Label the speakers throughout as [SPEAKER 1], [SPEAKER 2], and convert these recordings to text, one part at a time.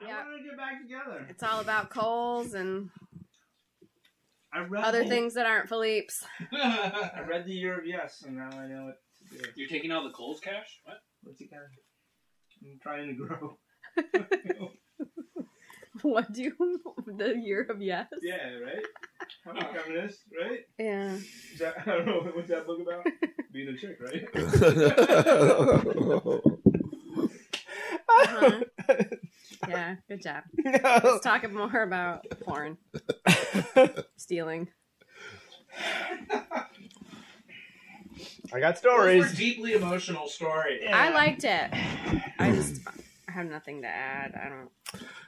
[SPEAKER 1] I
[SPEAKER 2] Yeah.
[SPEAKER 1] want to get back together.
[SPEAKER 2] It's all about Coles and
[SPEAKER 1] I read
[SPEAKER 2] other
[SPEAKER 1] the-
[SPEAKER 2] things that aren't Philippe's.
[SPEAKER 1] I read the year of yes, and now I know what to do.
[SPEAKER 3] You're taking all the Coles cash? What?
[SPEAKER 1] What's it got? I'm trying to grow.
[SPEAKER 2] What do you, the year of yes?
[SPEAKER 1] yeah, right. I'm a communist, right?
[SPEAKER 2] Yeah.
[SPEAKER 1] Is that, I don't know what's that book about. Being a chick, right?
[SPEAKER 2] Uh-huh. yeah. Good job.
[SPEAKER 4] Oh.
[SPEAKER 2] Let's talk more about porn, stealing.
[SPEAKER 4] I got
[SPEAKER 3] Those were
[SPEAKER 4] stories.
[SPEAKER 3] deeply emotional stories.
[SPEAKER 2] I liked it. I just I have nothing to add. I don't.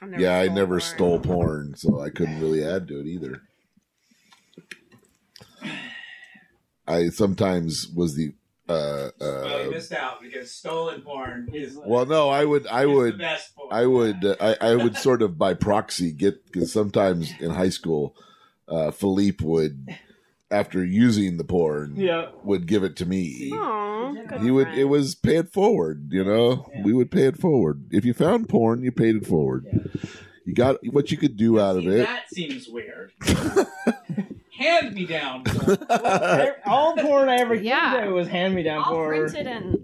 [SPEAKER 2] I've never
[SPEAKER 5] yeah, I
[SPEAKER 2] stole
[SPEAKER 5] never
[SPEAKER 2] porn.
[SPEAKER 5] stole porn, so I couldn't really add to it either. I sometimes was the uh,
[SPEAKER 3] well, you
[SPEAKER 5] uh
[SPEAKER 3] missed out because stolen porn is
[SPEAKER 5] well, no, I would, I
[SPEAKER 3] is
[SPEAKER 5] would,
[SPEAKER 3] the best porn.
[SPEAKER 5] I would, uh, I, I would sort of by proxy get because sometimes in high school, uh, Philippe would, after using the porn,
[SPEAKER 4] Yeah.
[SPEAKER 5] would give it to me.
[SPEAKER 2] Aw,
[SPEAKER 1] He
[SPEAKER 2] good
[SPEAKER 5] He would. It
[SPEAKER 2] friend.
[SPEAKER 5] was pay it forward. You know,
[SPEAKER 1] Yeah.
[SPEAKER 5] we would pay it forward. If you found porn, you paid it forward. You got what you could do out of
[SPEAKER 3] See,
[SPEAKER 5] it.
[SPEAKER 3] That seems weird. Hand me down.
[SPEAKER 4] Uh, All porn I ever
[SPEAKER 2] Yeah.
[SPEAKER 4] yeah. was hand me down
[SPEAKER 2] all
[SPEAKER 4] porn.
[SPEAKER 2] printed and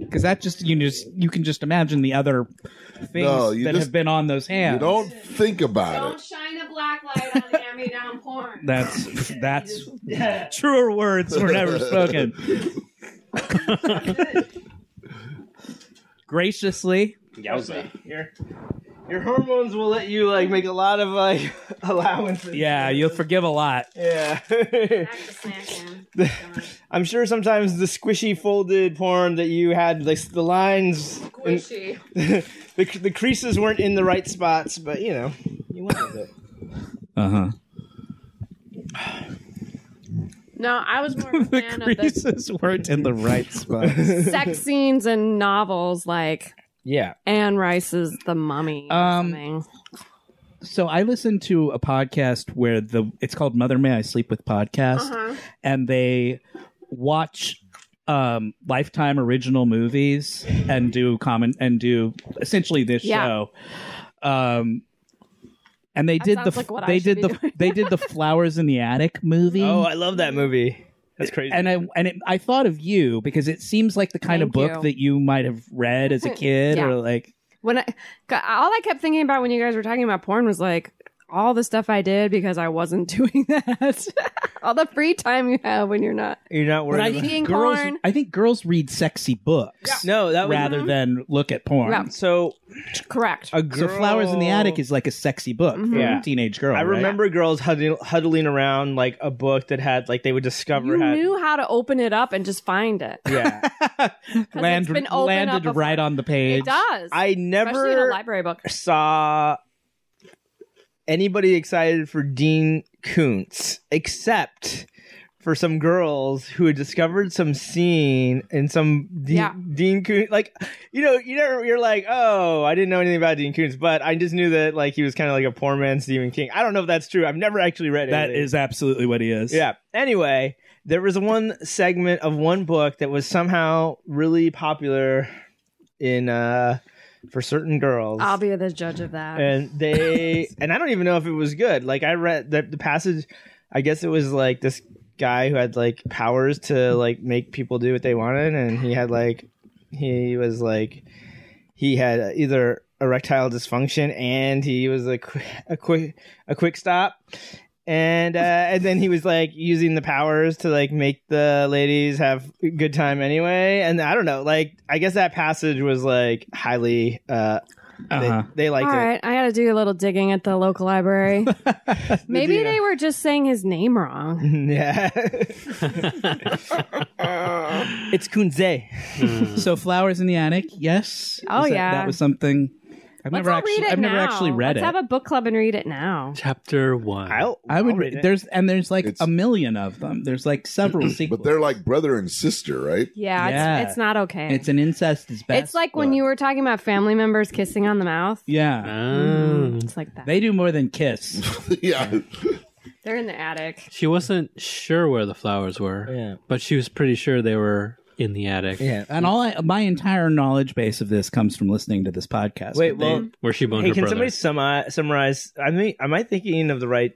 [SPEAKER 6] Because that just you just you can just imagine the other things
[SPEAKER 5] No, you
[SPEAKER 6] that
[SPEAKER 5] just-
[SPEAKER 6] have been on those hands.
[SPEAKER 5] You don't think about
[SPEAKER 2] don't
[SPEAKER 5] it.
[SPEAKER 2] shine a black light on hand-me-down porn.
[SPEAKER 6] That's that's truer words were never spoken. Graciously,
[SPEAKER 4] Yowza. Your, your hormones will let you like make a lot of like allowances.
[SPEAKER 6] yeah, you'll forgive a lot.
[SPEAKER 4] Yeah.
[SPEAKER 2] Back to snacking.
[SPEAKER 4] I'm sure sometimes the squishy folded porn that you had, like the lines, and
[SPEAKER 2] Squishy.
[SPEAKER 4] the, the creases weren't in the right spots, but you know, you went with it.
[SPEAKER 6] Uh huh.
[SPEAKER 2] No, I was more of a
[SPEAKER 6] the
[SPEAKER 2] fan of the
[SPEAKER 6] creases weren't in the right spot.
[SPEAKER 2] sex scenes in novels like
[SPEAKER 6] yeah.
[SPEAKER 2] Anne Rice's The Mummy. or
[SPEAKER 6] Um,
[SPEAKER 2] something.
[SPEAKER 6] So I listened to a podcast where the it's called Mother May I Sleep with podcast,
[SPEAKER 2] Uh-huh.
[SPEAKER 6] and they watch um lifetime original movies and do common and do essentially this
[SPEAKER 2] Yeah.
[SPEAKER 6] show um and they
[SPEAKER 2] That
[SPEAKER 6] did the
[SPEAKER 2] sounds like what I
[SPEAKER 6] they
[SPEAKER 2] should
[SPEAKER 6] did
[SPEAKER 2] be
[SPEAKER 6] the
[SPEAKER 2] doing.
[SPEAKER 6] they did the flowers in the attic movie
[SPEAKER 4] Oh, I love that movie. That's crazy.
[SPEAKER 6] and I and it, I thought of you because it seems like the kind of
[SPEAKER 2] Thank
[SPEAKER 6] book
[SPEAKER 2] you.
[SPEAKER 6] that you might have read as a kid
[SPEAKER 2] Yeah.
[SPEAKER 6] or like
[SPEAKER 2] When I, 'cause all I kept thinking about when you guys were talking about porn was like all the stuff I did because I wasn't doing that. all the free time you have when you're not
[SPEAKER 4] You're not
[SPEAKER 6] but I
[SPEAKER 4] worried. About-
[SPEAKER 2] eating
[SPEAKER 6] think girls
[SPEAKER 2] porn.
[SPEAKER 6] I think girls read sexy books
[SPEAKER 4] no, that was
[SPEAKER 6] rather than look at porn.
[SPEAKER 2] Mm-hmm. Yeah.
[SPEAKER 4] so.
[SPEAKER 2] Correct.
[SPEAKER 4] A girl,
[SPEAKER 6] So Flowers in the Attic is like a sexy book for
[SPEAKER 2] Mm-hmm.
[SPEAKER 4] Yeah.
[SPEAKER 6] a teenage girl.
[SPEAKER 4] I
[SPEAKER 6] right?
[SPEAKER 4] remember girls huddling, huddling around like a book that had like they would discover
[SPEAKER 2] You
[SPEAKER 4] had
[SPEAKER 2] knew how to open it up and just find it.
[SPEAKER 4] yeah.
[SPEAKER 6] Land,
[SPEAKER 2] been open up
[SPEAKER 6] landed
[SPEAKER 2] before.
[SPEAKER 6] right on the page.
[SPEAKER 2] It does.
[SPEAKER 4] I
[SPEAKER 2] Especially in a
[SPEAKER 4] never
[SPEAKER 2] library book.
[SPEAKER 4] saw anybody excited for Dean Koontz except for some girls who had discovered some scene in some Dean,
[SPEAKER 2] Yeah.
[SPEAKER 4] Dean Koontz. Like, you know, you never, you're like, oh, I didn't know anything about Dean Koontz, but I just knew that like he was kind of like a poor man Stephen King. I don't know if that's true. I've never actually read
[SPEAKER 6] That
[SPEAKER 4] anything.
[SPEAKER 6] is absolutely what he is.
[SPEAKER 4] Yeah. Anyway, there was one segment of one book that was somehow really popular in uh for certain girls.
[SPEAKER 2] I'll be the judge of that.
[SPEAKER 4] and they and I don't even know if it was good. Like I read the, the passage I guess it was like this guy who had like powers to like make people do what they wanted and he had like he was like he had either erectile dysfunction and he was a qu- a quick a quick stop and uh, and then he was like using the powers to like make the ladies have a good time anyway and I don't know like I guess that passage was like highly uh they-
[SPEAKER 6] Uh-huh.
[SPEAKER 4] they, liked
[SPEAKER 2] All
[SPEAKER 4] it
[SPEAKER 2] right, I got to do a little digging at the local library. Maybe
[SPEAKER 4] Yeah.
[SPEAKER 2] they were just saying his name wrong.
[SPEAKER 4] yeah it's kunze
[SPEAKER 6] So Flowers in the Attic, yes.
[SPEAKER 2] Mm. Oh,
[SPEAKER 6] Is that-
[SPEAKER 2] yeah.
[SPEAKER 6] That was something I've
[SPEAKER 2] Let's
[SPEAKER 6] never
[SPEAKER 2] all
[SPEAKER 6] actually
[SPEAKER 2] read it
[SPEAKER 6] I've
[SPEAKER 2] now.
[SPEAKER 6] never actually read
[SPEAKER 2] Let's
[SPEAKER 6] it.
[SPEAKER 2] have a book club and read it now.
[SPEAKER 7] Chapter one.
[SPEAKER 4] I'll,
[SPEAKER 6] I
[SPEAKER 4] I'll
[SPEAKER 6] would
[SPEAKER 4] read it.
[SPEAKER 6] there's and there's like
[SPEAKER 5] It's-
[SPEAKER 6] a million of them. There's like several sequels.
[SPEAKER 5] But they're like brother and sister, right?
[SPEAKER 2] Yeah,
[SPEAKER 6] Yeah.
[SPEAKER 2] It's, it's not okay.
[SPEAKER 6] it's an incest is best.
[SPEAKER 2] It's like when
[SPEAKER 6] book.
[SPEAKER 2] you were talking about family members kissing on the mouth. Mm,
[SPEAKER 6] Yeah.
[SPEAKER 4] Mm.
[SPEAKER 7] Oh.
[SPEAKER 2] It's like that.
[SPEAKER 6] They do more than kiss.
[SPEAKER 5] yeah.
[SPEAKER 2] They're in the attic.
[SPEAKER 7] She wasn't sure where the flowers were,
[SPEAKER 4] Yeah.
[SPEAKER 7] but she was pretty sure they were in the attic
[SPEAKER 6] Yeah, and all I, my entire knowledge base of this comes from listening to this podcast.
[SPEAKER 4] Wait,
[SPEAKER 6] But they-
[SPEAKER 4] well,
[SPEAKER 7] where she boned
[SPEAKER 4] hey,
[SPEAKER 7] her
[SPEAKER 4] can
[SPEAKER 7] brother.
[SPEAKER 4] somebody summi- summarize? I mean, am I thinking of the right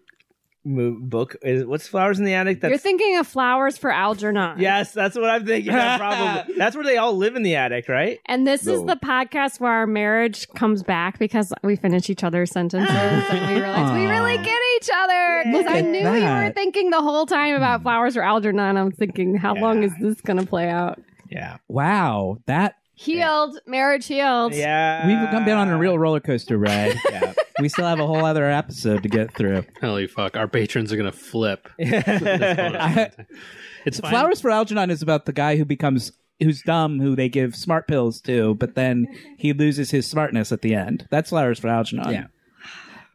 [SPEAKER 4] mo- book? Is what's flowers in the attic?
[SPEAKER 2] You're
[SPEAKER 4] That's
[SPEAKER 2] thinking of flowers for Algernon.
[SPEAKER 4] yes, that's what I'm thinking. of, probably that's where they all live in the attic, right?
[SPEAKER 2] And this is
[SPEAKER 5] No.
[SPEAKER 2] the podcast where our marriage comes back because we finish each other's sentences and we realize we really
[SPEAKER 6] Aw.
[SPEAKER 2] get each other. Because
[SPEAKER 6] Look
[SPEAKER 2] I
[SPEAKER 6] at
[SPEAKER 2] knew you were
[SPEAKER 6] that.
[SPEAKER 2] thinking the whole time about flowers for Algernon. I'm thinking, how
[SPEAKER 4] Yeah.
[SPEAKER 2] long is this going to play out?
[SPEAKER 4] Yeah,
[SPEAKER 6] wow, that
[SPEAKER 2] Healed, marriage healed.
[SPEAKER 4] yeah.
[SPEAKER 6] we've come down on a real roller coaster ride. yeah, we still have a whole other episode to get through.
[SPEAKER 7] Holy fuck! Our patrons are gonna flip.
[SPEAKER 6] I-
[SPEAKER 7] it's fine.
[SPEAKER 6] Flowers for Algernon is about the guy who becomes who's dumb, who they give smart pills to, but then he loses his smartness at the end. That's Flowers for Algernon.
[SPEAKER 4] Yeah.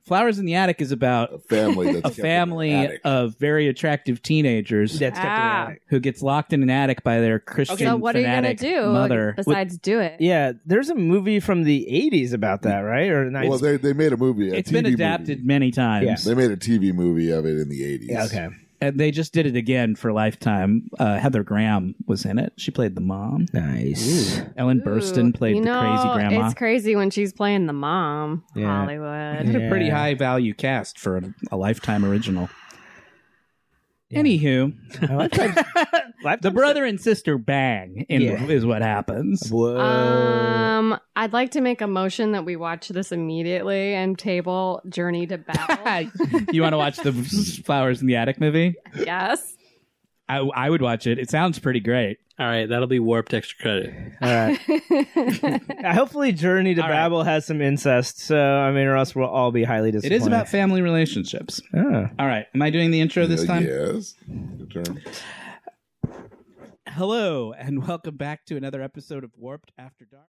[SPEAKER 6] Flowers in the Attic is about
[SPEAKER 5] family that's
[SPEAKER 6] a
[SPEAKER 5] kept in an
[SPEAKER 6] family uh,
[SPEAKER 5] attic.
[SPEAKER 6] of very attractive teenagers
[SPEAKER 4] That's kept in
[SPEAKER 2] Ah.
[SPEAKER 4] the attic.
[SPEAKER 6] who gets locked in an attic by their Christian
[SPEAKER 2] So what are you going
[SPEAKER 6] fanatic
[SPEAKER 2] to do
[SPEAKER 6] mother.
[SPEAKER 2] besides do it?
[SPEAKER 4] Yeah, there's a movie from the '80s about that, right? Or not?
[SPEAKER 5] well, they, they made a movie. a
[SPEAKER 6] it's been
[SPEAKER 5] TV
[SPEAKER 6] adapted
[SPEAKER 5] movie.
[SPEAKER 6] many times,
[SPEAKER 5] They made a TV movie of it in the eighties.
[SPEAKER 4] yeah, okay.
[SPEAKER 6] and they just did it again for Lifetime. Uh, Heather Graham was in it; she played the mom.
[SPEAKER 4] Nice.
[SPEAKER 6] Ellen
[SPEAKER 2] Ooh,
[SPEAKER 6] Burstyn played
[SPEAKER 2] you
[SPEAKER 6] the crazy
[SPEAKER 2] know,
[SPEAKER 6] grandma.
[SPEAKER 2] It's crazy when she's playing the mom,
[SPEAKER 6] Yeah. They
[SPEAKER 2] Hollywood.
[SPEAKER 6] had a pretty
[SPEAKER 4] Yeah.
[SPEAKER 6] high value cast for a, a Lifetime original. Anywho, the brother and sister bang in,
[SPEAKER 4] Yeah.
[SPEAKER 6] is what happens.
[SPEAKER 4] Whoa. Uh,
[SPEAKER 2] Um, I'd like to make a motion that we watch this immediately and table Journey to Babel.
[SPEAKER 6] you want to watch the Flowers in the Attic movie?
[SPEAKER 2] yes.
[SPEAKER 6] I, I would watch it. It sounds pretty great.
[SPEAKER 7] All right, that'll be warped extra credit.
[SPEAKER 4] All right. Hopefully, Journey to
[SPEAKER 6] All right.
[SPEAKER 4] Babel has some incest. So I mean, or else we'll all be highly
[SPEAKER 6] It
[SPEAKER 4] disappointed.
[SPEAKER 6] is about family relationships.
[SPEAKER 4] Oh.
[SPEAKER 6] All right. Am I doing the intro this
[SPEAKER 5] Yeah,
[SPEAKER 6] time?
[SPEAKER 5] Yes. Good turn.
[SPEAKER 6] Hello, and welcome back to another episode of Warped After Dark.